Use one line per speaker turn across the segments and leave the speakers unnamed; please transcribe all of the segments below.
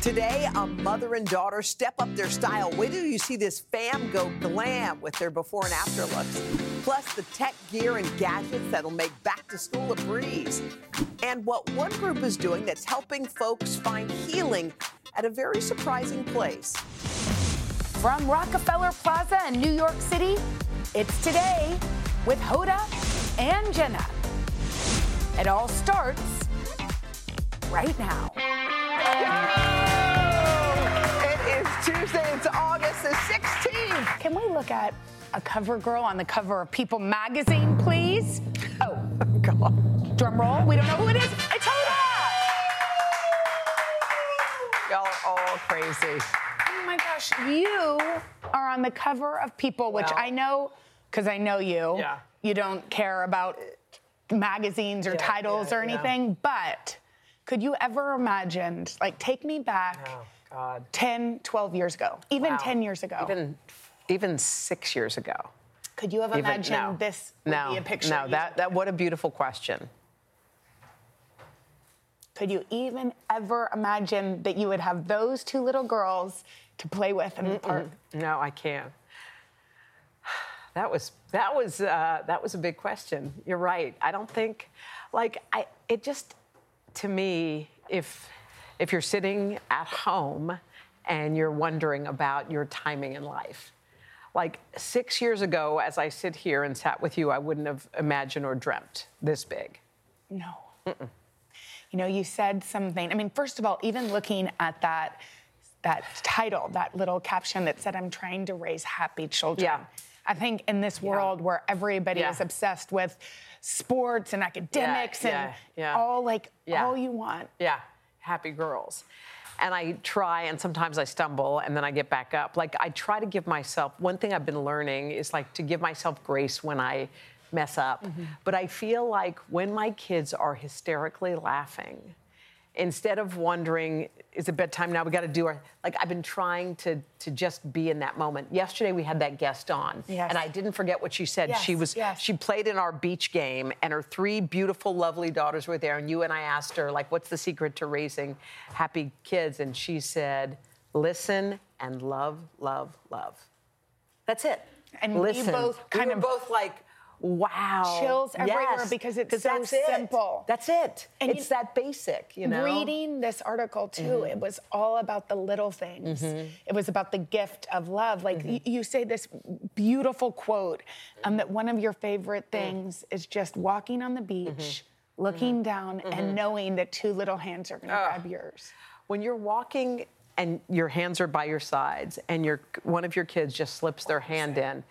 Today, a mother and daughter step up their style. Wait till you see this fam go glam with their before and after looks. Plus, the tech gear and gadgets that'll make back to school a breeze. And what one group is doing that's helping folks find healing at a very surprising place.
From Rockefeller Plaza in New York City, it's today with Hoda and Jenna. It all starts right now.
It is Tuesday, it's August the 16th.
Can we look at a cover girl on the cover of People magazine, please? Oh, God. Drum roll. We don't know who it is. It's Hoda!
Y'all are all crazy.
Oh my gosh, you are on the cover of People, which
Wow.
I know, because I know you.
Yeah.
You don't care about magazines or
Yeah,
titles
yeah,
or
yeah.
anything, but could you ever imagine, like, take me back
Oh, God.
10, 12 years ago, even
Wow.
10 years ago?
Even, even six years ago.
could you have
Even-
imagined
no.
this would
no,
be a picture?
No,
you
that, that what a beautiful question.
Could you even ever imagine that you would have those two little girls to play with in the park?
No, I can't. That was that was uh, that was a big question. You're right. I don't think, like I, it just to me, if if you're sitting at home and you're wondering about your timing in life, like six years ago, as I sit here and sat with you, I wouldn't have imagined or dreamt this big.
No. You know, you said something. I mean, first of all, even looking at that that title, that little caption that said, "I'm trying to raise happy children."
Yeah.
I think in this world where everybody
Yeah.
is obsessed with sports and academics and
yeah, yeah.
all like
Yeah.
all you want
Yeah, happy girls. And I try, and sometimes I stumble, and then I get back up. Like, I try to give myself one thing I've been learning is like to give myself grace when I mess up.
Mm-hmm.
But I feel like when my kids are hysterically laughing, instead of wondering, is it bedtime now? We got to do our, like, I've been trying to, to just be in that moment. Yesterday, we had that guest on,
Yes.
and I didn't forget what she said.
Yes,
she was,
yes.
she played in our beach game, and her three beautiful, lovely daughters were there. And you and I asked her, like, what's the secret to raising happy kids? And she said, listen and love, love, love. That's it.
And we both kind
were
of
both like, wow.
Chills everywhere because it's so
that's it.
simple.
That's it.
And you-
it's that basic, you know. Mm-hmm.
Reading this article too, it was all about the little things. It was about the gift of love.
Mm-hmm.
Like y- you say this beautiful quote um, that one of your favorite
Mm.
things is just walking on the beach,
Mm-hmm.
looking down, and knowing that two little hands are going to grab yours.
when you're walking and your hands are by your sides and your one of your kids just slips their hand in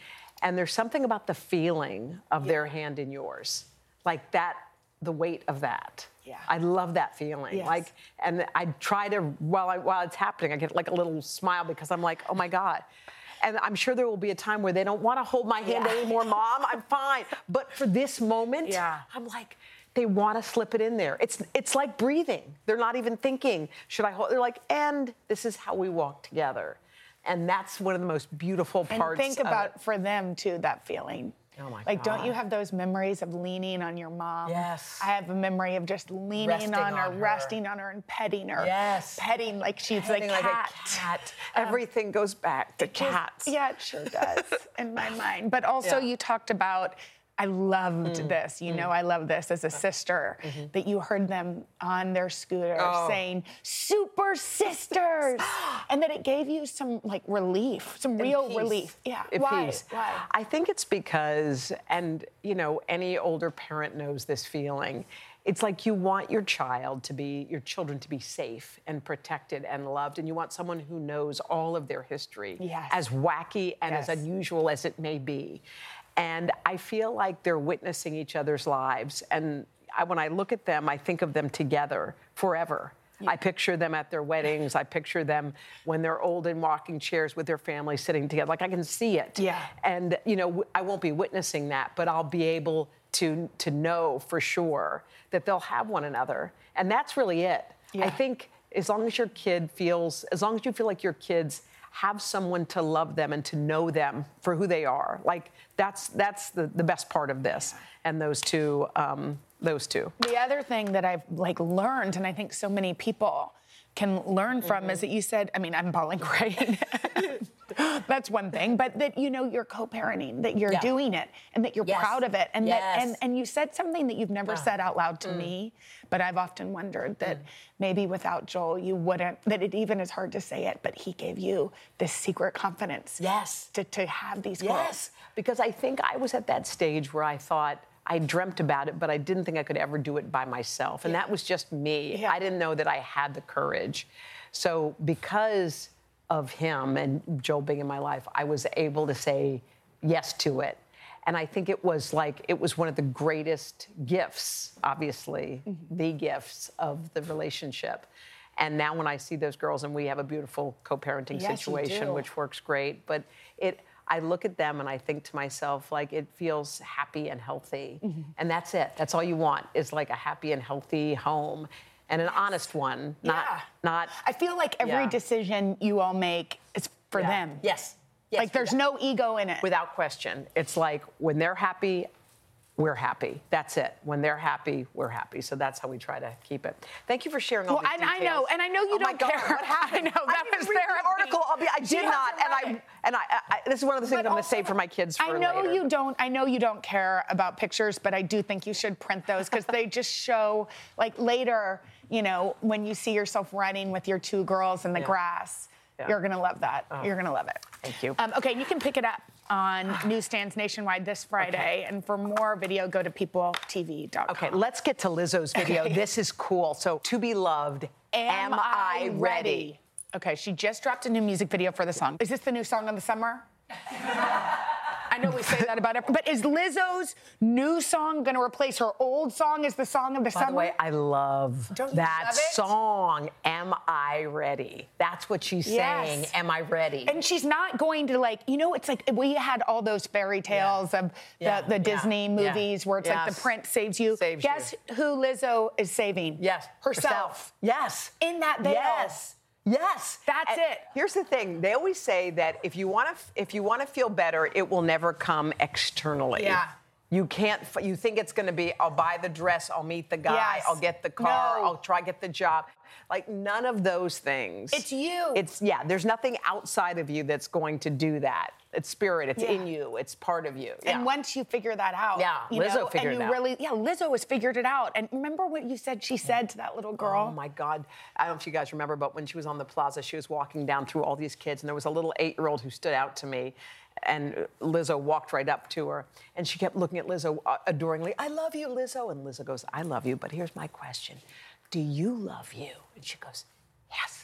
and there's something about the feeling of their hand in yours like that the weight of that
Yeah.
i love that feeling
Yes.
like and i try to while I, while it's happening i get like a little smile because i'm like oh my god and i'm sure there will be a time where they don't want to hold my hand
Yeah.
anymore mom i'm fine but for this moment
Yeah.
I'm like, they want to slip it in there. It's it's like breathing. They're not even thinking, should I hold? They're like, and this is how we walk together, and that's one of the most beautiful
And
parts.
think
of
about
it.
for them too that feeling.
Oh my
like, don't you
God.
have those memories of leaning on your mom?
Yes.
I have a memory of just leaning
Resting
on her,
on her.
resting on her, and petting her.
Yes.
Petting like she's
Petting
a
like
cat.
a cat. Everything goes back to
Just-
cats.
Um, Yeah, it sure does in my mind. But also,
Yeah. Mm,
you talked about. I loved this. You know, I love this
Uh,
as a sister
mm-hmm.
that you heard them on their scooter
Oh.
saying "super sisters," and that it gave you some like relief, some
in
real
peace.
relief. Yeah.
In
Why?
peace.
Why?
I think it's because, and you know, any older parent knows this feeling. It's like you want your child to be, your children to be safe and protected and loved, and you want someone who knows all of their history,
Yes.
as wacky and
Yes.
as unusual as it may be. And I feel like they're witnessing each other's lives, and I, when I look at them, I think of them together forever. I picture them at their weddings. I picture them when they're old in rocking chairs with their family sitting together. Like I can see it.
Yeah.
And you know, w- I won't be witnessing that, but I'll be able to to know for sure that they'll have one another. And that's really it. I
Yeah.
think as long as your kid feels, as long as you feel like your kids have someone to love them and to know them for who they are, like that's that's the, the best part of this. And those two, um, those two.
The other thing that I've like learned, and I think so many people can learn
Mm-hmm.
from, is that you said, I mean, I'm balling great. That's one thing, but that you know you're co-parenting, that you're
Yeah.
doing it, and that you're
Yes.
proud of it, and that and
Yes. Mm.
and you said something that you've never said out loud to me, but I've often wondered that maybe without Joel you wouldn't. That it even is hard to say it, but he gave you this secret confidence.
Yes.
To, to have these girls.
Yes.
because I think I was at that stage where I thought I dreamt about it, but I didn't think I could ever do it by myself. And that was just me.
Yeah.
I didn't know that I had the courage. So, because of him and Joe being in my life, I was able to say yes to it. And I think it was like, it was one of the greatest gifts, obviously,
Mm-hmm.
the gifts of the relationship. And now when I see those girls, and we have a beautiful co parenting
Yes, you
situation,
do.
which works great. But it, I look at them and I think to myself, like it feels happy and healthy, and that's it. That's all you want is like a happy and healthy home, and an honest one, not
Yeah.
not.
I feel like every
Yeah.
decision you all make is for
Yeah.
them.
Yes. Yes.
like there's no ego in it.
without question. It's like when they're happy, we're happy. That's it. When they're happy, we're happy. So that's how we try to keep it. Thank you for sharing all
Well,
these
and I
details.
know- and I know you
Oh my
don't
God,
care.
What happened?
I know, that
didn't
was
read
therapy.
The article. I'll be, I
She
did not, and
hasn't read
I
it.
and I, I. This is one of the things I'm
But
going to
also,
save for my kids. For
I know
later.
you don't. I know you don't care about pictures, but I do think you should print those because they just show. Like later, you know, when you see yourself running with your two girls in the
Yeah.
grass,
Yeah. Oh.
you're gonna love that. You're gonna love it.
Thank you.
Um, okay, and you can pick it up on newsstands nationwide this Friday. And for more video, go to peopletv.com.
Okay, let's get to Lizzo's video.
Okay.
This is cool. So, to be loved, am, I ready?
Okay, she just dropped a new music video for the song. Is this the new song of the summer? I know we say that about it, but is Lizzo's new song gonna replace her old song as the song of the
By
summer?
the way, I love
Don't you
that
love it?
song, Am I Ready? That's what she's
Yes.
saying, Am I Ready?
and she's not going to like, you know, it's like we had all those fairy tales of the,
Yeah.
the Disney
Yeah.
movies where it's like
Yes.
the prince saves you.
Saves you.
Guess who Lizzo is saving?
yes.
Herself.
Yes.
In that veil.
Yes. Yes.
That's
And
it.
Here's the thing. They always say that if you want to if you want to feel better, it will never come externally.
Yeah.
You can't. f- You think it's going to be. I'll buy the dress. I'll meet the guy.
Yes.
I'll get the car.
No.
I'll try get the job. Like none of those things.
It's you.
It's yeah. There's nothing outside of you that's going to do that. It's spirit. It's
Yeah.
in you. It's part of you.
And
Yeah.
once you figure that out,
Yeah,
you
Lizzo
know,
figured it
and you
out.
really, yeah, Lizzo has figured it out. And remember what you said she said to that little girl?
Oh my God. I don't know if you guys remember, but when she was on the plaza, she was walking down through all these kids, and there was a little eight year old who stood out to me. And Lizzo walked right up to her, and she kept looking at Lizzo uh, adoringly, I love you, Lizzo. And Lizzo goes, I love you, but here's my question Do you love you? And she goes, Yes.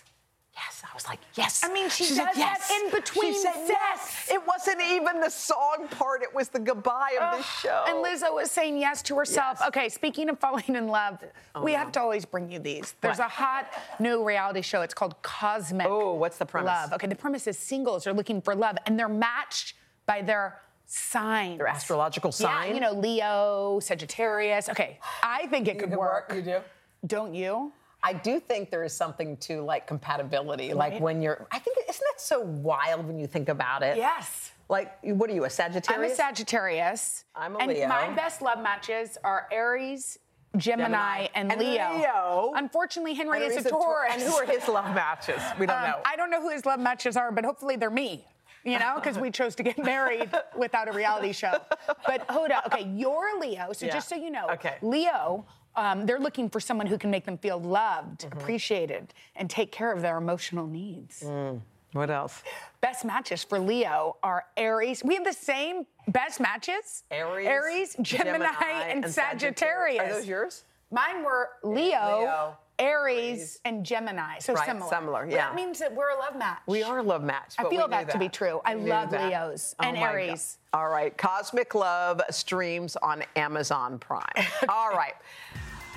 Yes. I was like, yes.
I mean, she
said
does that in between
She said yes.
sets.
It wasn't even the song part, it was the goodbye of the show.
And Lizzo was saying yes to herself.
Yes. Oh,
Okay, speaking of falling in love, we
no.
have to always bring you these. There's
What?
a hot new reality show. It's called Cosmic.
Oh, what's the premise?
Love. Okay, the premise is singles are looking for love, and they're matched by their signs.
Their astrological
Yeah,
sign?
you know, Leo, Sagittarius. Okay, I think it could work.
You do?
Don't you?
I do think there is something to like compatibility, like
Right.
when you're. I think isn't that so wild when you think about it?
Yes.
Like, what are you, a Sagittarius?
I'm a Sagittarius.
I'm a
and
Leo.
my best love matches are Aries, Gemini,
Gemini.
and,
And
Leo.
Leo.
Unfortunately, Henry
Henry's
is a Taurus.
And who are his love matches? We don't
Um,
know.
I don't know who his love matches are, but hopefully they're me. You know, because we chose to get married without a reality show. But Hoda, okay, you're a Leo, so
Yeah.
just so you know,
Okay.
Leo, um, they're looking for someone who can make them feel loved,
Mm-hmm.
appreciated, and take care of their emotional needs.
Mm. what else?
Best matches for Leo are Aries. We have the same best matches.
Aries,
Gemini, and, Sagittarius.
Are those yours?
Mine were Leo,
Leo,
Aries and Gemini. So
Right,
similar.
similar,
But
yeah.
That means that we're a love match.
We are a love match.
I
but we
feel
knew
that to be true. I
We knew
love
that.
Leos
Oh
and
my God.
Aries.
All right, Cosmic Love streams on Amazon Prime. All right.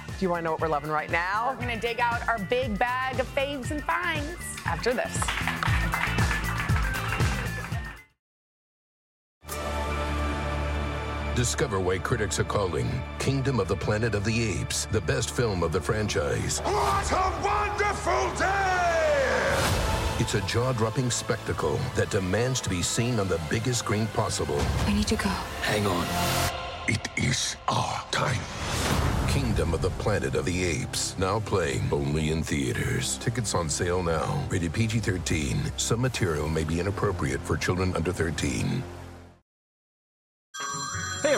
Do you want to know what we're loving right now?
We're going to dig out our big bag of faves and finds after this.
Discover why critics are calling Kingdom of the Planet of the Apes the best film of the franchise.
What a wonderful day!
It's a jaw dropping spectacle that demands to be seen on the biggest screen possible.
I need to go.
Hang on.
It is our time.
Kingdom of the Planet of the Apes, now playing only in theaters. Tickets on sale now. Rated PG 13. Some material may be inappropriate for children under 13.
Hey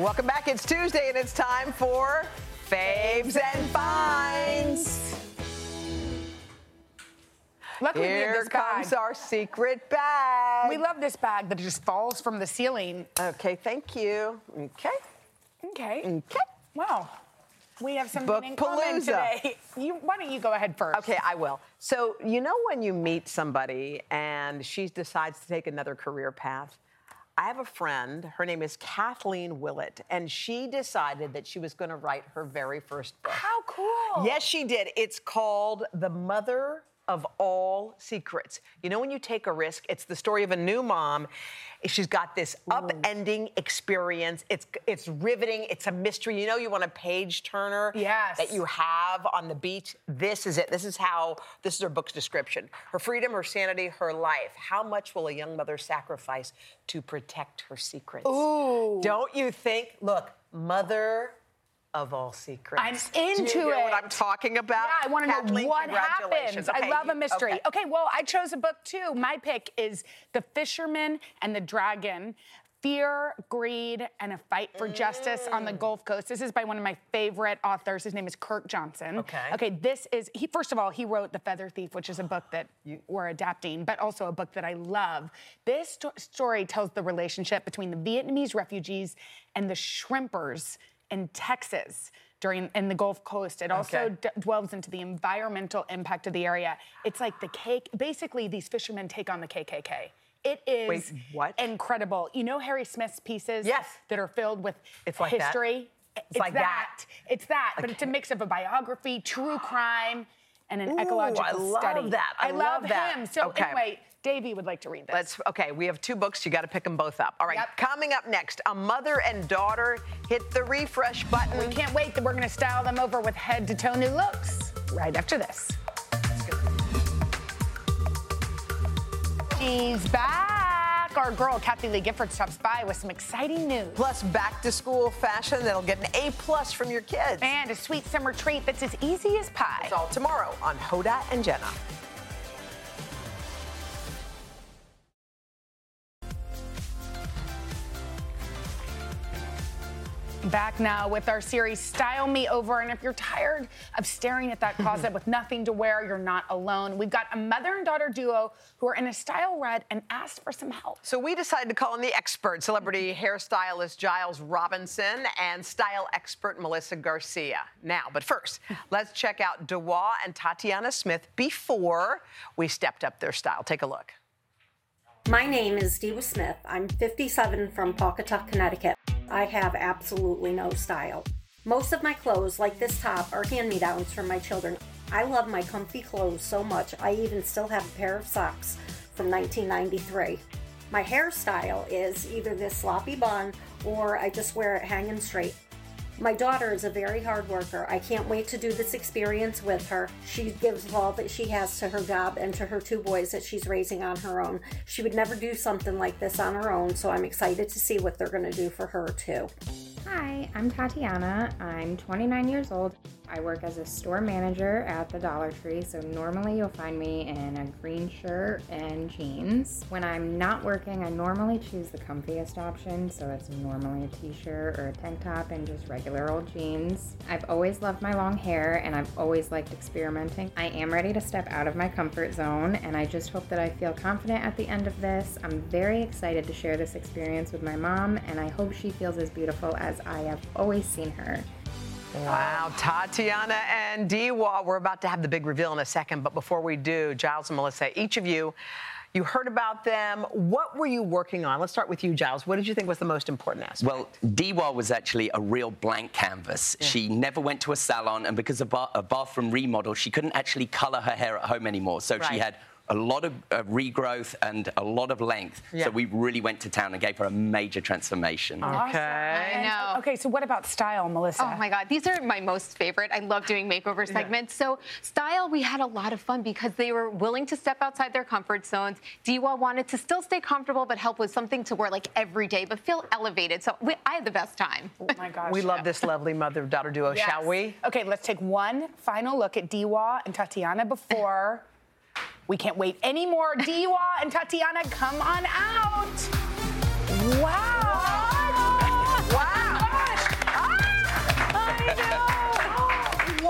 Welcome back. It's Tuesday and it's time for Faves and Finds.
Luckily, we have
Here
this
comes
bag.
our secret bag.
We love this bag that just falls from the ceiling.
okay, thank you. Okay.
Okay.
Okay.
Wow. We have something in common
Bookpalooza.
today. You, why don't you go ahead first?
Okay, I will. So, you know, when you meet somebody and she decides to take another career path, I have a friend, her name is Kathleen Willett, and she decided that she was going to write her very first book.
How cool.
Yes, she did. It's called The Mother of All Secrets. You know, when you take a risk, it's the story of a new mom. She's got this upending experience. It's it's riveting. It's a mystery. You know, you want a page turner
Yes.
that you have on the beach. This is it. This is how this is her book's description. Her freedom, her sanity, her life. How much will a young mother sacrifice to protect her secrets? Ooh. Don't you think? Look, mother of all secrets.
I'm
Do
into
you hear what
it.
I'm talking about?
Yeah, I want to know
Kathleen,
what
congratulations.
happens. I
Okay,
love a
you-
mystery. Okay. well, I chose a book too. My pick is The Fisherman and the Dragon. Fear, greed, and a fight for justice on the
Mm.
Gulf Coast. This is by one of my favorite authors. His name is Kirk Johnson.
Okay.
Okay. This is he. First of all, he wrote *The Feather Thief*, which is a book that we're adapting, but also a book that I love. This sto- story tells the relationship between the Vietnamese refugees and the shrimpers in Texas during in the Gulf Coast. It also
Okay.
d- dwells into the environmental impact of the area. It's like the cake. Basically, these fishermen take on the KKK. It is
Wait, what?
incredible. You know Harry Smith's pieces
Yes.
that are filled with
It's like that.
history. It's,
like that.
It's that, but it's a mix of a biography, true crime, and an
Ooh,
ecological
I love
study.
that. I love that.
him. So
Okay.
anyway, Davey would like to read this.
Let's, okay, we have two books. You got to pick them both up. All right,
Yep.
coming up next, a mother and daughter hit the refresh button.
we can't wait that we're gonna style them over with head to toe new looks right after this. She's back. Our girl Kathy Lee Gifford stops by with some exciting news.
Plus, back to school fashion that'll get an A plus from your kids.
And a sweet summer treat that's as easy as pie.
It's all tomorrow on Hoda and Jenna.
Back now with our series Style Me Over. And if you're tired of staring at that closet with nothing to wear, you're not alone. We've got a mother and daughter duo who are in a style red and asked for some help.
So we decided to call in the expert, celebrity hairstylist Giles Robinson and style expert Melissa Garcia. Now, but first, let's check out Dewa and Tatiana Smith before we stepped up their style. Take a look.
My name is Dee Smith. I'm 57 from Pawcatuck, Connecticut. I have absolutely no style. Most of my clothes, like this top, are hand me downs from my children. I love my comfy clothes so much, I even still have a pair of socks from 1993. My hairstyle is either this sloppy bun or I just wear it hanging straight. My daughter is a very hard worker. I can't wait to do this experience with her. She gives all that she has to her job and to her two boys that she's raising on her own. She would never do something like this on her own, so I'm excited to see what they're going to do for her too.
Hi, I'm Tatiana. I'm 29 years old. I work as a store manager at the Dollar Tree, so normally you'll find me in a green shirt and jeans. When I'm not working, I normally choose the comfiest option, so it's normally a t shirt or a tank top and just regular old jeans. I've always loved my long hair and I've always liked experimenting. I am ready to step out of my comfort zone, and I just hope that I feel confident at the end of this. I'm very excited to share this experience with my mom, and I hope she feels as beautiful as I have always seen her.
Wow, Tatiana and Diwa. We're about to have the big reveal in a second, but before we do, Giles and Melissa, each of you, you heard about them. What were you working on? Let's start with you, Giles. What did you think was the most important aspect?
Well, Diwa was actually a real blank canvas. She never went to a salon, and because of ba- a bathroom remodel, she couldn't actually color her hair at home anymore. So she
Right.
had a lot of uh, regrowth and a lot of length.
Yeah.
So we really went to town and gave her a major transformation.
okay.
I know.
Okay, so what about style, Melissa?
Oh my God, these are my most favorite. I love doing makeover segments. So, style, we had a lot of fun because they were willing to step outside their comfort zones. Diwa wanted to still stay comfortable, but help with something to wear like every day, but feel elevated. So, we, I had the best time.
Oh my gosh.
We love this lovely mother daughter duo,
Yes.
shall we?
Okay, let's take one final look at Diwa and Tatiana before. We can't wait anymore. Diwa and Tatiana, come on out. Wow. Wow. I know.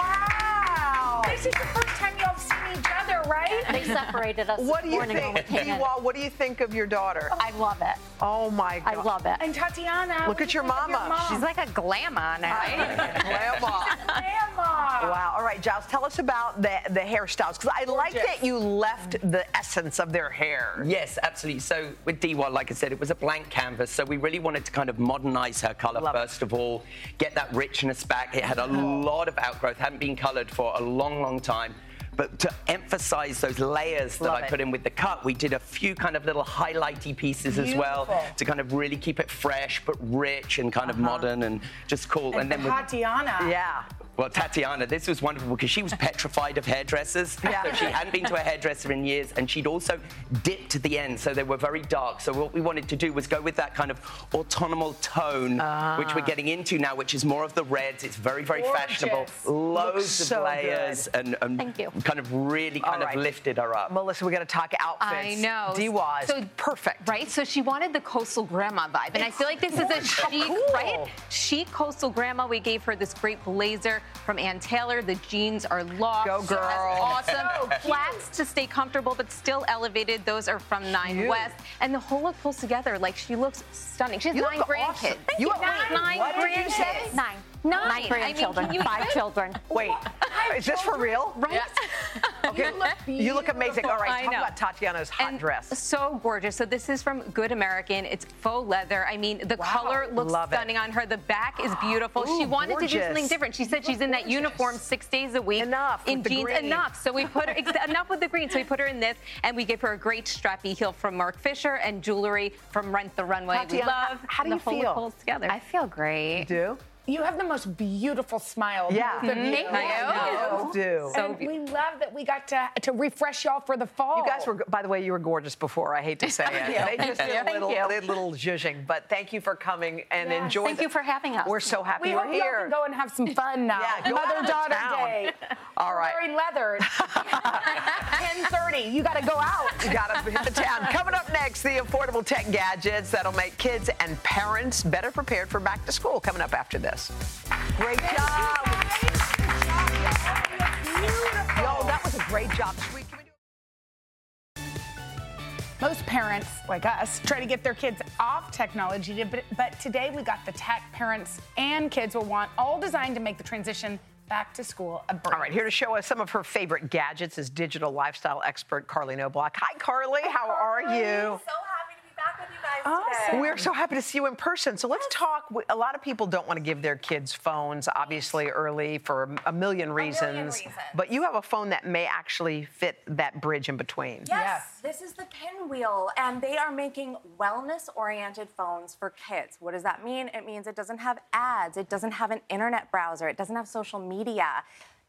Ah. wow. This is the first time y'all have seen each other, right?
They separated us
What do
this
you
morning
think,
over Canada.
Diwa? What do you think of your daughter?
I love it.
Oh my God.
I love it.
And Tatiana. what
Look at
do
your
you think of
mama.
mom?
She's like a glamon, right?
é,
Grandma.
grandma.
Wow. All right, Giles, tell us about the, the hairstyles because I like
Gorgeous.
that you left the essence of their hair.
Yes, absolutely. So with DWA, like I said, it was a blank canvas. So we really wanted to kind of modernize her color
Love it. Oh.
first of all, get that richness back. It had a lot of outgrowth, hadn't been colored for a long, long time. But to emphasize those layers that
Love
I
it.
put in with the cut, we did a few kind of little highlighty pieces as well
Beautiful.
to kind of really keep it fresh but rich and kind of
Uh-huh.
modern and just cool.
And, Tatiana.
Yeah.
Well, Tatiana, this was wonderful because she was petrified of hairdressers.
Yeah.
So she hadn't been to a hairdresser in years, and she'd also dipped the ends, so they were very dark. So what we wanted to do was go with that kind of autumnal tone,
Ah.
which we're getting into now, which is more of the reds. It's very, very fashionable.
Gorgeous.
Loads
Looks
of
so
layers, and, and
Thank you.
kind of really kind
right.
of lifted her up.
Melissa, we got to talk
I
outfits.
know.
Diwa is
So-
perfect.
Right? So she wanted the coastal grandma vibe. And I feel like this is a
How
chic,
cool.
right? Chic coastal grandma. We gave her this great blazer from Ann Taylor. The jeans are locked.
Go,
So that's
girl.
awesome. Flats to stay comfortable, but still elevated. Those are from Nine
Cute.
West. And the whole look pulls together. Like she looks stunning. She has
You
nine
look
grandkids.
awesome. Thank you.
Wait,
Nine-
nine
what did you say?
grandkids.
Nine.
Nine. I
Nine
mean,
grandchildren.
can you-
Five children.
Wait, is this for real?
Right?
Okay. You look amazing. All right,
I
talk
know.
about Tatiana's hot
And
dress.
So gorgeous. So this is from Good American. It's faux leather. I mean, the color looks
Love it.
stunning on her. The back is beautiful.
Ooh,
she wanted to do
gorgeous.
something different. She said she's in that uniform six days a week.
Enough with
in
the
jeans.
green.
Enough. So we put her ex- enough with the green. So we put her in this, and we gave her a great strappy heel from Mark Fisher and jewelry from Rent the Runway. we
Tatiana,
love.
how do
and
you
the whole
feel?
pulls together.
I feel great.
Do?
You have the most beautiful smile.
Yeah.
both of you.
Thank you.
Do.
So
And we love that we got to, to refresh y'all for the fall.
You guys were, by the way, you were gorgeous before. I hate to say it.
you.
They just did a
Thank
little,
you.
they did a little zhuzhing, but thank you for coming and
Yes.
enjoy.
Thank
the-
you for having us.
We're so happy
We
you're
hope y'all
here.
can go and have some fun now.
Yeah, go out
Mother
of
daughter
town.
day.
All
We're
right.
Wearing leather. 10:30. You got to go out.
You gotta hit the town. Coming up next, the affordable tech gadgets that'll make kids and parents better prepared for back to school. Coming up after this. Great job. Yo, that was a great job. Sweet. Can we do-
Most parents, like us, try to get their kids off technology, to- but, but today we got the tech parents and kids will want, all designed to make the transition back to school a breeze.
All right, here to show us some of her favorite gadgets is digital lifestyle expert Carly Noblock. Hi, Carly. How are you?
happy to be back with you guys. Awesome.
We're so happy to see you in person. So let's talk. We- A lot of people don't want to give their kids phones, obviously, early for a million reasons.
reasons.
But you have a phone that may actually fit that bridge in between.
Yes, this is the pinwheel, and they are making wellness oriented phones for kids. What does that mean? It means it doesn't have ads, it doesn't have an internet browser, it doesn't have social media.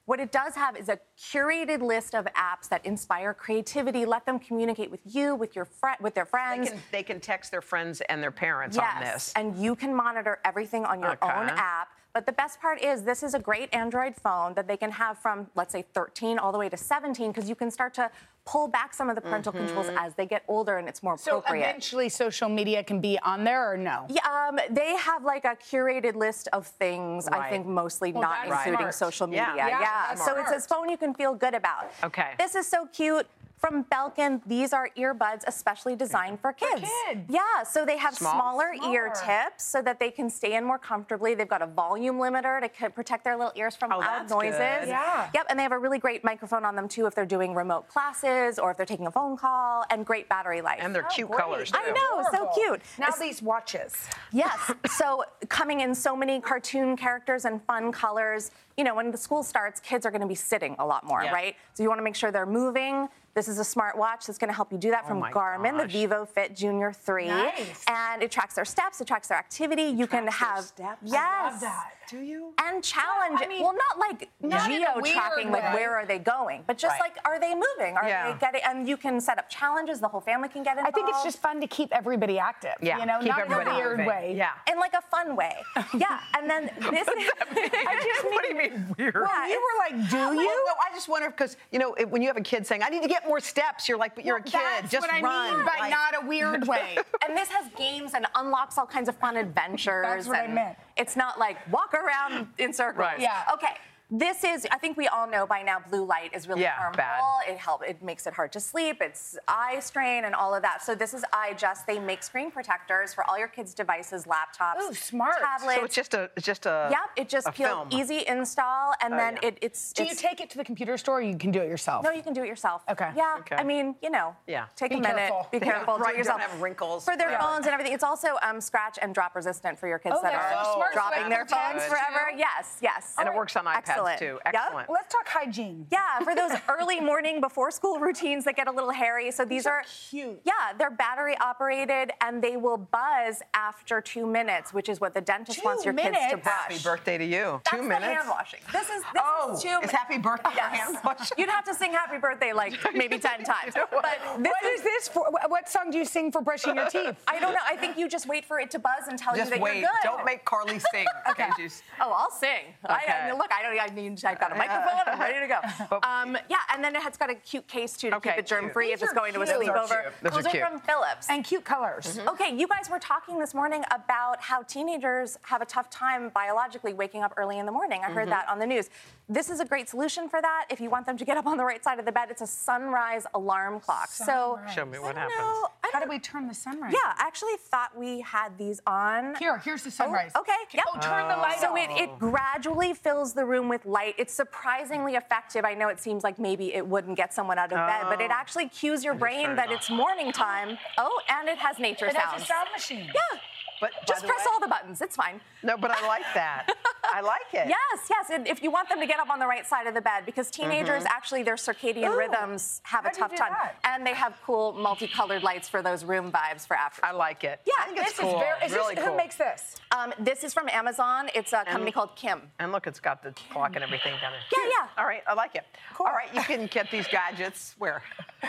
What it does have is a curated list of apps that inspire creativity, let them communicate with you, with your friend, with their friends.
They can, they can text their friends and their parents on this.
And you can monitor everything on your own
Okay.
app. But the best part is, this is a great Android phone that they can have from, let's say, 13 all the way to 17, because you can start to pull back some of the parental controls
Mhm.
as they get older and it's more
So
appropriate.
eventually, social media can be on there or no?
Yeah, um, they have like a curated list of things, I
Right.
think mostly
Well,
not
that's
including
smart.
social media.
Yeah. Yeah, that's
so it's
smart.
a phone you can feel good about.
Okay.
This is so cute. From Belkin, these are earbuds especially designed for kids. Yeah, so they have
Small?
smaller ear
Smaller.
tips so that they can stay in more comfortably. They've got a volume limiter to c- protect their little ears from loud
that's
noises.
good. Yeah.
Yep, and they have a really great microphone on them too if they're doing remote classes or if they're taking a phone call and great battery life.
And they're Oh, cute great. colors,
I
too.
know, so
Adorable.
cute.
Now
these watches. Yes. so coming in so many cartoon characters and fun colors. You know, when the school starts, kids are going to be sitting a lot more,
Yeah.
right? So you want to make sure they're moving. This is a smart watch that's going to help you do that
Oh
from
my
Garmin, the Vivo Fit Junior 3.
Nice.
And it tracks their steps, it tracks their activity. you can have steps.
I
Yes.
love that.
Do you? And challenge. it. well, not like
not in a
geo tracking,
weird
like
way.
where are they going, but just
Right.
like are they moving? Are
Yeah.
they getting? And you can set up challenges. The whole family can get involved.
I think it's just fun to keep everybody active.
Yeah,
You know,
keep
not in
everybody
a weird
moving.
way. Yeah.
in like a fun way. Yeah, and then this is. I just mean, what do you mean
Weird.
Yeah,
you
it's-
were like, do you? no, I just wonder because you know it, when you have a kid saying, "I need to get more steps," you're like, "But you're a kid.
That's
just
what I
run."
mean by
like-
not a weird way. and this has games and unlocks all kinds of fun adventures.
That's what I
and
meant.
It's not like walk around in circles.
Right. Yeah.
Okay. This is, I think we all know by now, blue light is really
Yeah,
harmful.
bad.
It help, it makes it hard to sleep. It's eye strain and all of that. So this is Eye Just. They make screen protectors for all your kids' devices, laptops,
Oh,
smart. tablets.
So it's just a, it's just a.
Yep, it just
a
peels
film.
easy install, and
Oh,
then
yeah.
it, it's.
Do you
it's-
take it to the computer store or you can do it yourself?
No, you can do it yourself. Okay. Yeah.
Okay.
I mean, you know.
Yeah.
Take
Be
a minute.
careful.
Be
Yeah,
careful.
right,
do
don't
it yourself.
have wrinkles.
for their
Yeah.
phones and everything. It's also um, scratch and drop resistant for your kids
Oh,
that
that's
are
so smart, so
dropping
they
their
can
phones
touch.
forever. Yes. Yes.
And it works on iPads,
Excellent.
too.
Yep.
Excellent.
Let's talk hygiene.
Yeah, for those early morning before school routines that get a little hairy. So these, are,
cute.
Yeah, they're battery operated and they will buzz after two minutes, which is what the dentist wants your kids to brush.
Happy birthday to you.
That's
Two
the
minutes.
hand washing. This is this
Oh,
is two.
it's happy birthday for
Yes.
hand washing.
You'd have to sing happy birthday like maybe ten times. But this
What is this for? wh- What song do you sing for brushing your teeth?
I don't know. I think you just wait for it to buzz and tell
Just
you that
wait.
you're good.
Don't make Carly sing. okay. She's-
Oh, I'll sing. I, I
Okay.
mean, look, I don't. I mean, I've got a microphone. I'm ready to go. Um, yeah, and then it's got a cute case too to
Okay,
keep it germ free
cute.
if
These
it's
are
going to a
cute. Those are
sleepover.
cute. Those are cute.
from Philips. Mm-hmm.
And cute colors.
Okay, you guys were talking this morning about how teenagers have a tough time biologically waking up early in the morning. I heard
Mm-hmm.
Mhm.
that on the news. This is a great solution for that. If you want them to get up on the right side of the bed, it's a sunrise alarm clock. So
Show me what
I don't
happens.
know. I
How do we turn the sunrise?
yeah, I actually thought we had these on.
Here, here's the sunrise.
okay. Yep.
Oh, turn the light
So
off.
it, it gradually fills the room with light. It's surprisingly effective. I know it seems like maybe it wouldn't get someone out of bed, but it
Oh.
actually cues your
I just
brain
turned
that
it
it's morning time. Oh, and it has nature
It has a
sounds.
sound
machine.
Yeah.
But by
just
the
press
way-
all the buttons. It's fine.
No, but I like that. I like it.
Yes, yes. And if you want them to get up on the right side of the bed, because teenagers
Mhm.
actually their circadian
Ooh.
rhythms have
How
a
do you
tough
do
time,
that?
and they have cool multicolored lights for those room vibes for after. I
like it.
Yeah,
I think it's This is cool. very- is this- Really who cool. makes
this?
Um, this is from Amazon. It's a company called Kim.
And look, it's got the clock and everything down there.
Yeah, yeah.
All right, I like it. All right, you can get these gadgets where?
Uh,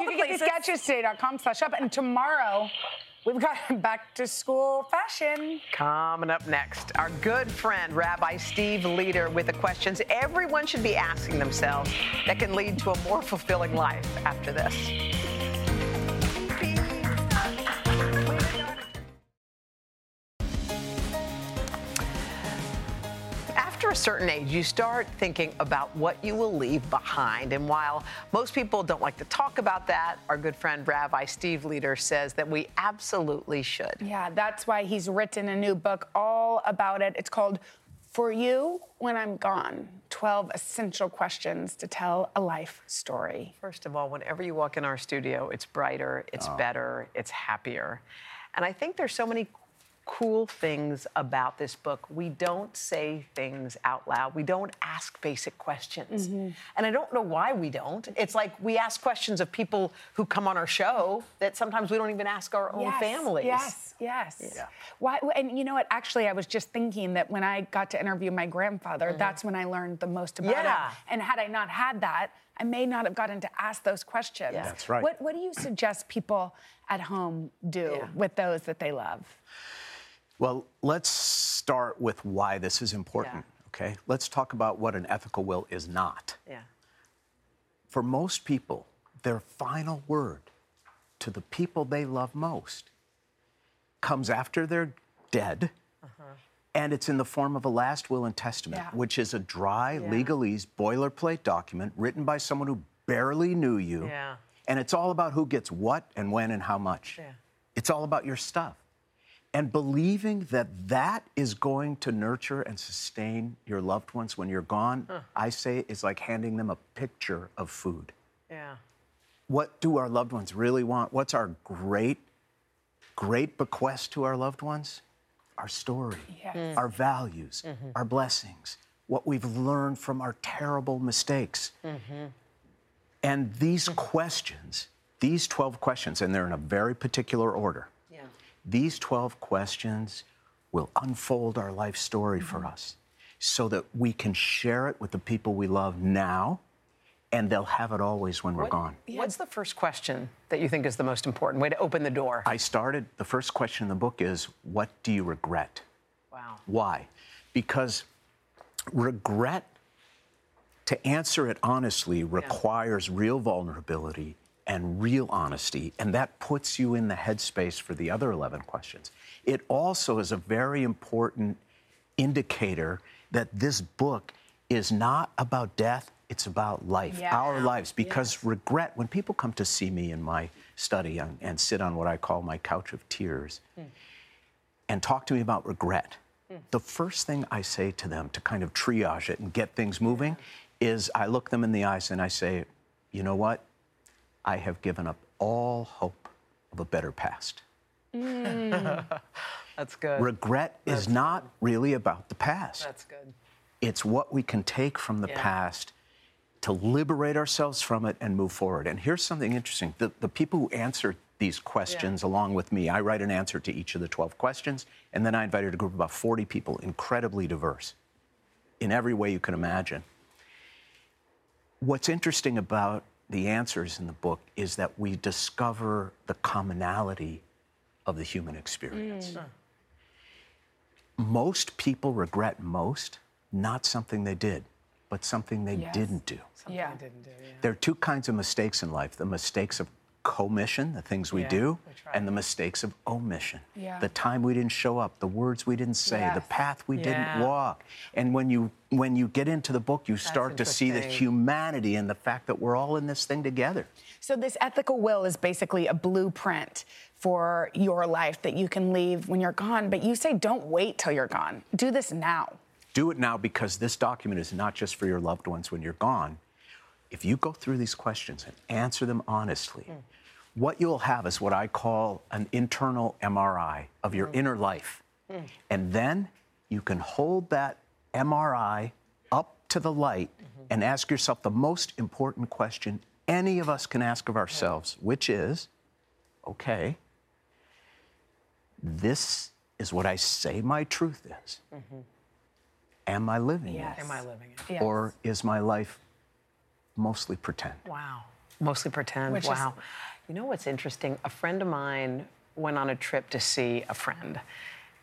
you can get these gadgets today.com slash shop. And tomorrow, we've got back to school fashion.
Coming up next, our good friend Rabbi Steve Leader with the questions everyone should be asking themselves that can lead to a more fulfilling life after this. After a certain age, you start thinking about what you will leave behind. And while most people don't like to talk about that, our good friend Rabbi Steve Leader says that we absolutely should.
Yeah, that's why he's written a new book all about it. It's called For You When I'm Gone 12 Essential Questions to Tell a Life Story. Oh.
First of all, whenever you walk in our studio, it's brighter, it's better, it's happier. And I think there's so many cool things about this book. We don't say things out loud. We don't ask basic questions.
Mm-hmm.
Mhm.
And I don't know why we don't. It's like we ask questions of people who come on our show that sometimes we don't even ask our own
Yes,
families.
Yes, yes. Why? And you know what? Actually, I was just thinking that when I got to interview my grandfather,
Mhm.
that's when I learned the most about
Yeah.
him. And had I not had that, I may not have gotten to ask those questions.
Yeah. That's right.
What What do you suggest people at home do with those that they love?
Well, let's start with why this is important, okay? Let's talk about what an ethical will is not.
Yeah.
For most people, their final word to the people they love most comes after they're dead, and it's in the form of a last will and testament,
Yeah.
which is a dry,
Yeah.
legalese, boilerplate document written by someone who barely knew you.
Yeah.
And it's all about who gets what and when and how much.
Yeah.
It's all about your stuff. And believing that that is going to nurture and sustain your loved ones when you're gone,
Huh.
I say is like handing them a picture of food.
Yeah.
What do our loved ones really want? What's our great, great bequest to our loved ones? Our story,
Yes. Mm.
our values,
Mhm.
our blessings, what we've learned from our terrible mistakes. And these questions, these 12 questions, and they're in a very particular order,
Yeah.
these 12 questions will unfold our life story for us so that we can share it with the people we love now and they'll have it always when we're gone.
What's the first question that you think is the most important way to open the door?
I started, the first question in the book is what do you regret?
Wow.
Why? Because regret, to answer it honestly, requires real vulnerability and real honesty, and that puts you in the headspace for the other 11 questions. It also is a very important indicator that this book is not about death, it's about life,
Yeah.
our lives, because regret, when people come to see me in my study and, and sit on what I call my couch of tears, and talk to me about regret, the first thing I say to them to kind of triage it and get things moving is I look them in the eyes and I say, you know what? I have given up all hope of a better past.
Mm.
That's good.
Regret is not really about the past.
That's good.
It's what we can take from the
Yeah.
past to liberate ourselves from it and move forward. And here's something interesting the, the people who answered these questions along with me, I write an answer to each of the 12 questions, and then I invited a group of about 40 people, incredibly diverse in every way you can imagine. What's interesting about the answers in the book is that we discover the commonality of the human experience. Most people regret most not something they did, but something they
Yes.
didn't do.
Something yeah. I didn't do. Yeah.
There are two kinds of mistakes in life the mistakes of commission, the things we
Yeah,
do,
we
and the mistakes of omission.
Yeah.
The time we didn't show up, the words we didn't say, the
Yes.
path we
Yeah.
didn't walk. And when you when you get into the book, you start to see the
interesting.
humanity and the fact that we're all in this thing together.
So this ethical will is basically a blueprint for your life that you can leave when you're gone. But you say don't wait till you're gone. Do this now.
Do it now because this document is not just for your loved ones when you're gone. If you go through these questions and answer them honestly,
Hmm.
what you'll have is what I call an internal MRI of
Hmm.
your inner life. And then you can hold that MRI up to the light
Mm-hmm.
and ask yourself the most important question any of us can ask of ourselves, which is okay, this is what I say my truth is.
Mm-hmm.
Am I living it?
Am I living it?
Or is my life mostly pretend?
Wow. Mostly pretend.
Which is-
wow. You know what's interesting? A friend of mine went on a trip to see a friend.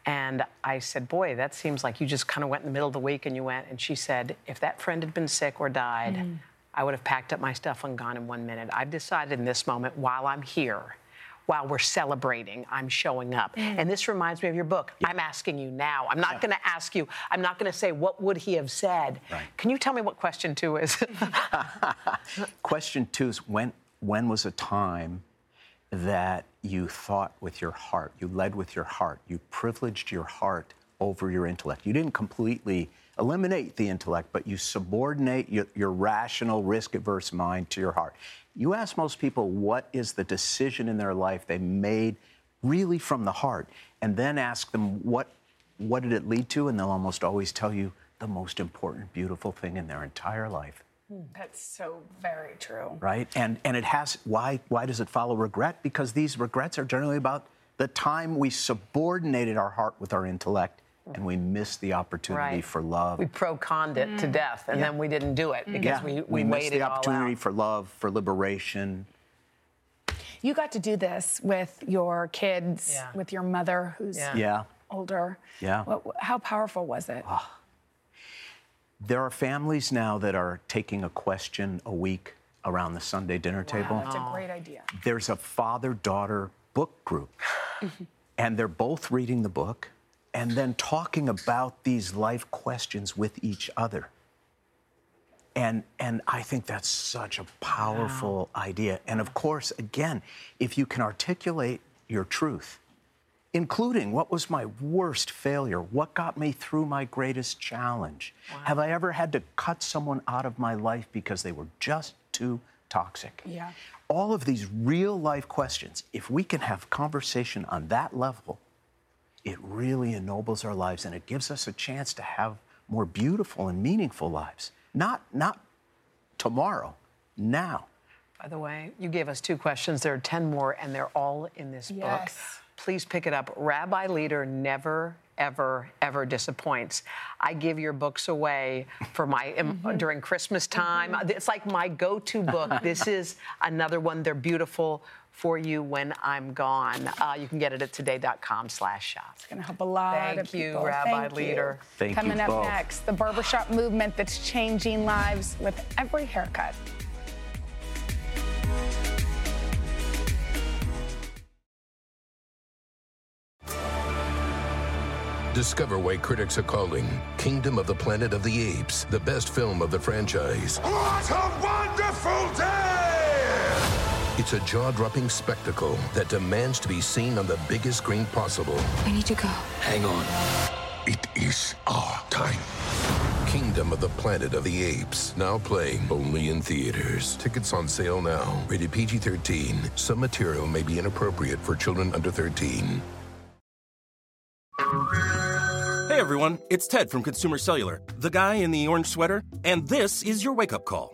And I said, Boy, that seems like you just kind of went in the middle of the week and you went. And she said, If that friend had been sick or died,
Mm.
I would have packed up my stuff and gone in one minute. I've decided in this moment, while I'm here, while we're celebrating, I'm showing up.
Mm.
And this reminds me of your book. I'm asking you now. I'm not
Yeah.
going to ask you, I'm not going to say, What would he have said? Can you tell me what question two is?
Question two is when when was a time that you thought with your heart, you led with your heart, you privileged your heart over your intellect. You didn't completely eliminate the intellect, but you subordinate your, your rational, risk averse mind to your heart. You ask most people what is the decision in their life they made really from the heart, and then ask them what what did it lead to, and they'll almost always tell you the most important, beautiful thing in their entire life.
Hmm.
That's so very true.
Right? And and it has why why does it follow regret? Because these regrets are generally about the time we subordinated our heart with our intellect and we missed the opportunity
Right.
for love.
We pro conned it to death, and
Yeah.
then we didn't do it because
Yeah.
we,
we,
we,
missed
waited
the
all
opportunity
out.
for love, for liberation.
You got to do this with your kids,
Yeah.
with your mother, who's
Yeah. Yeah.
older.
Yeah.
What, how powerful was it?
There are families now that are taking a question a week around the Sunday dinner table.
Wow, that's
Oh.
a great idea.
There's a father daughter book group, and they're both reading the book and then talking about these life questions with each other. And, and I think that's such a powerful idea. And of course, again, if you can articulate your truth, including what was my worst failure, what got me through my greatest challenge, have I ever had to cut someone out of my life because they were just too toxic?
Yeah.
All of these real life questions, if we can have conversation on that level, it really ennobles our lives and it gives us a chance to have more beautiful and meaningful lives. Not not tomorrow, now.
By the way, you gave us two questions. There are 10 more, and they're all in this book.
Yes.
Please pick it up. Rabbi Leader Never, Ever, Ever Disappoints. I give your books away for my um, during Christmas time. It's like my go to book. this is another one. They're beautiful for you when I'm gone. Uh, you can get it at today.com slash shop.
It's going to help a lot of
Thank you,
people.
Rabbi
Thank you.
Leader. Thank you
Coming up
both.
next, the barbershop movement that's changing lives with every haircut.
Discover why critics are calling Kingdom of the Planet of the Apes the best film of the franchise.
What a wonderful day!
It's a jaw dropping spectacle that demands to be seen on the biggest screen possible.
We need to go.
Hang on. It is our time. Kingdom of the Planet of the Apes, now playing only in theaters. Tickets on sale now. Rated PG 13. Some material may be inappropriate for children under 13.
Hey everyone, it's Ted from Consumer Cellular, the guy in the orange sweater, and this is your wake up call.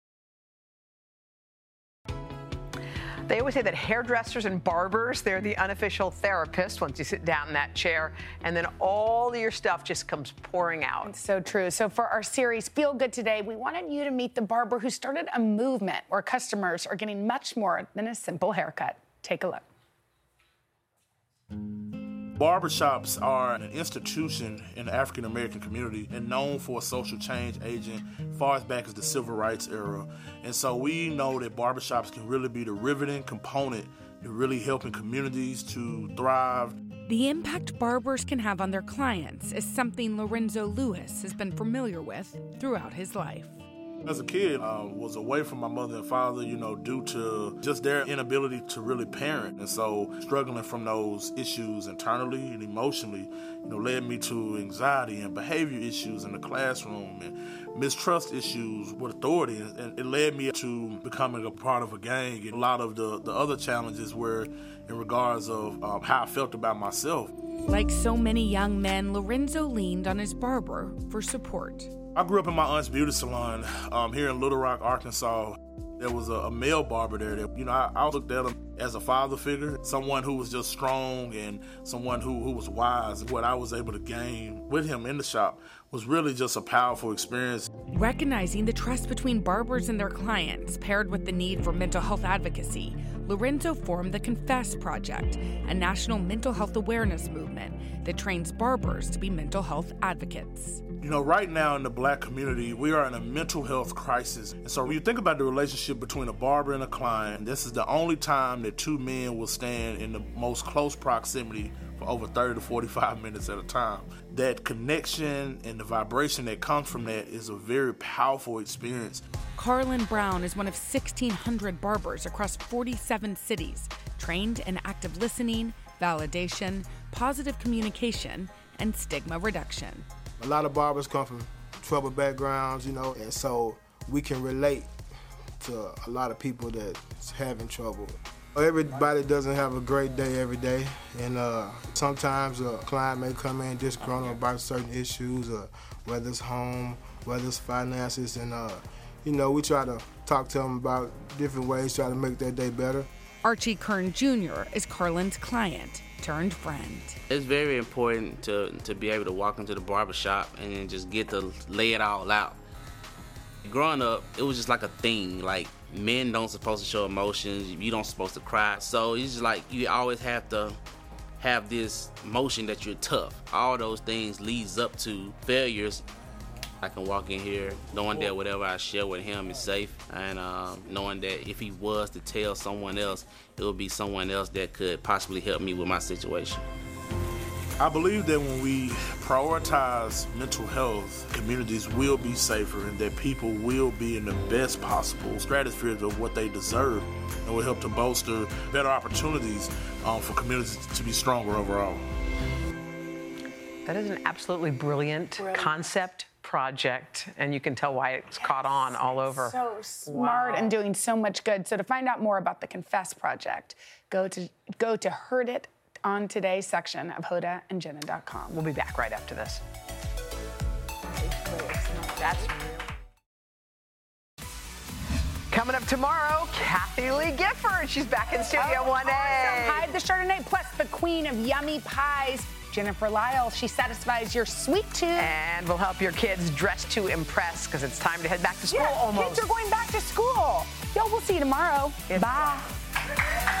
They always say that hairdressers and barbers, they're the unofficial therapist once you sit down in that chair, and then all your stuff just comes pouring out.
It's so true. So, for our series, Feel Good Today, we wanted you to meet the barber who started a movement where customers are getting much more than a simple haircut. Take a look.
Barbershops are an institution in the African American community and known for a social change agent far as back as the civil rights era. And so we know that barbershops can really be the riveting component in really helping communities to thrive.
The impact barbers can have on their clients is something Lorenzo Lewis has been familiar with throughout his life.
As a kid, I was away from my mother and father, you know, due to just their inability to really parent. And so, struggling from those issues internally and emotionally, you know, led me to anxiety and behavior issues in the classroom and mistrust issues with authority. And it led me to becoming a part of a gang and a lot of the, the other challenges were in regards of um, how I felt about myself.
Like so many young men, Lorenzo leaned on his barber for support.
I grew up in my aunt's beauty salon um, here in Little Rock, Arkansas. There was a, a male barber there that, you know, I, I looked at him as a father figure, someone who was just strong and someone who, who was wise. What I was able to gain with him in the shop was really just a powerful experience.
Recognizing the trust between barbers and their clients, paired with the need for mental health advocacy, Lorenzo formed the Confess Project, a national mental health awareness movement that trains barbers to be mental health advocates.
You know, right now in the black community, we are in a mental health crisis. And so when you think about the relationship between a barber and a client, this is the only time that two men will stand in the most close proximity for over 30 to 45 minutes at a time. That connection and the vibration that comes from that is a very powerful experience.
Carlin Brown is one of 1,600 barbers across 47 cities trained in active listening, validation, positive communication, and stigma reduction.
A lot of barbers come from troubled backgrounds, you know, and so we can relate to a lot of people that's having trouble. Everybody doesn't have a great day every day, and uh, sometimes a client may come in just grown about certain issues, uh, whether it's home, whether it's finances, and uh, you know we try to talk to them about different ways, try to make their day better.
Archie Kern Jr. is Carlin's client turned friend.
It's very important to, to be able to walk into the barber shop and then just get to lay it all out. Growing up, it was just like a thing. Like men don't supposed to show emotions. You don't supposed to cry. So it's just like you always have to have this motion that you're tough. All those things leads up to failures. I can walk in here knowing that whatever I share with him is safe, and um, knowing that if he was to tell someone else, it would be someone else that could possibly help me with my situation.
I believe that when we prioritize mental health, communities will be safer and that people will be in the best possible stratospheres of what they deserve and will help to bolster better opportunities um, for communities to be stronger overall.
That is an absolutely brilliant, concept project, and you can tell why it's caught on all over.
So smart and doing so much good. So to find out more about the Confess Project, go to go to Heard It on Today section of hodaandjenna.com.
We'll be back right after this. That's Coming up tomorrow, Kathy Lee Gifford. She's back in Studio
Oh,
1A.
Awesome. Hide the Chardonnay, plus the queen of yummy pies, Jennifer Lyle. She satisfies your sweet tooth.
And we'll help your kids dress to impress because it's time to head back to school
Yeah,
almost.
Kids are going back to school. Yo, we'll see you tomorrow. Bye.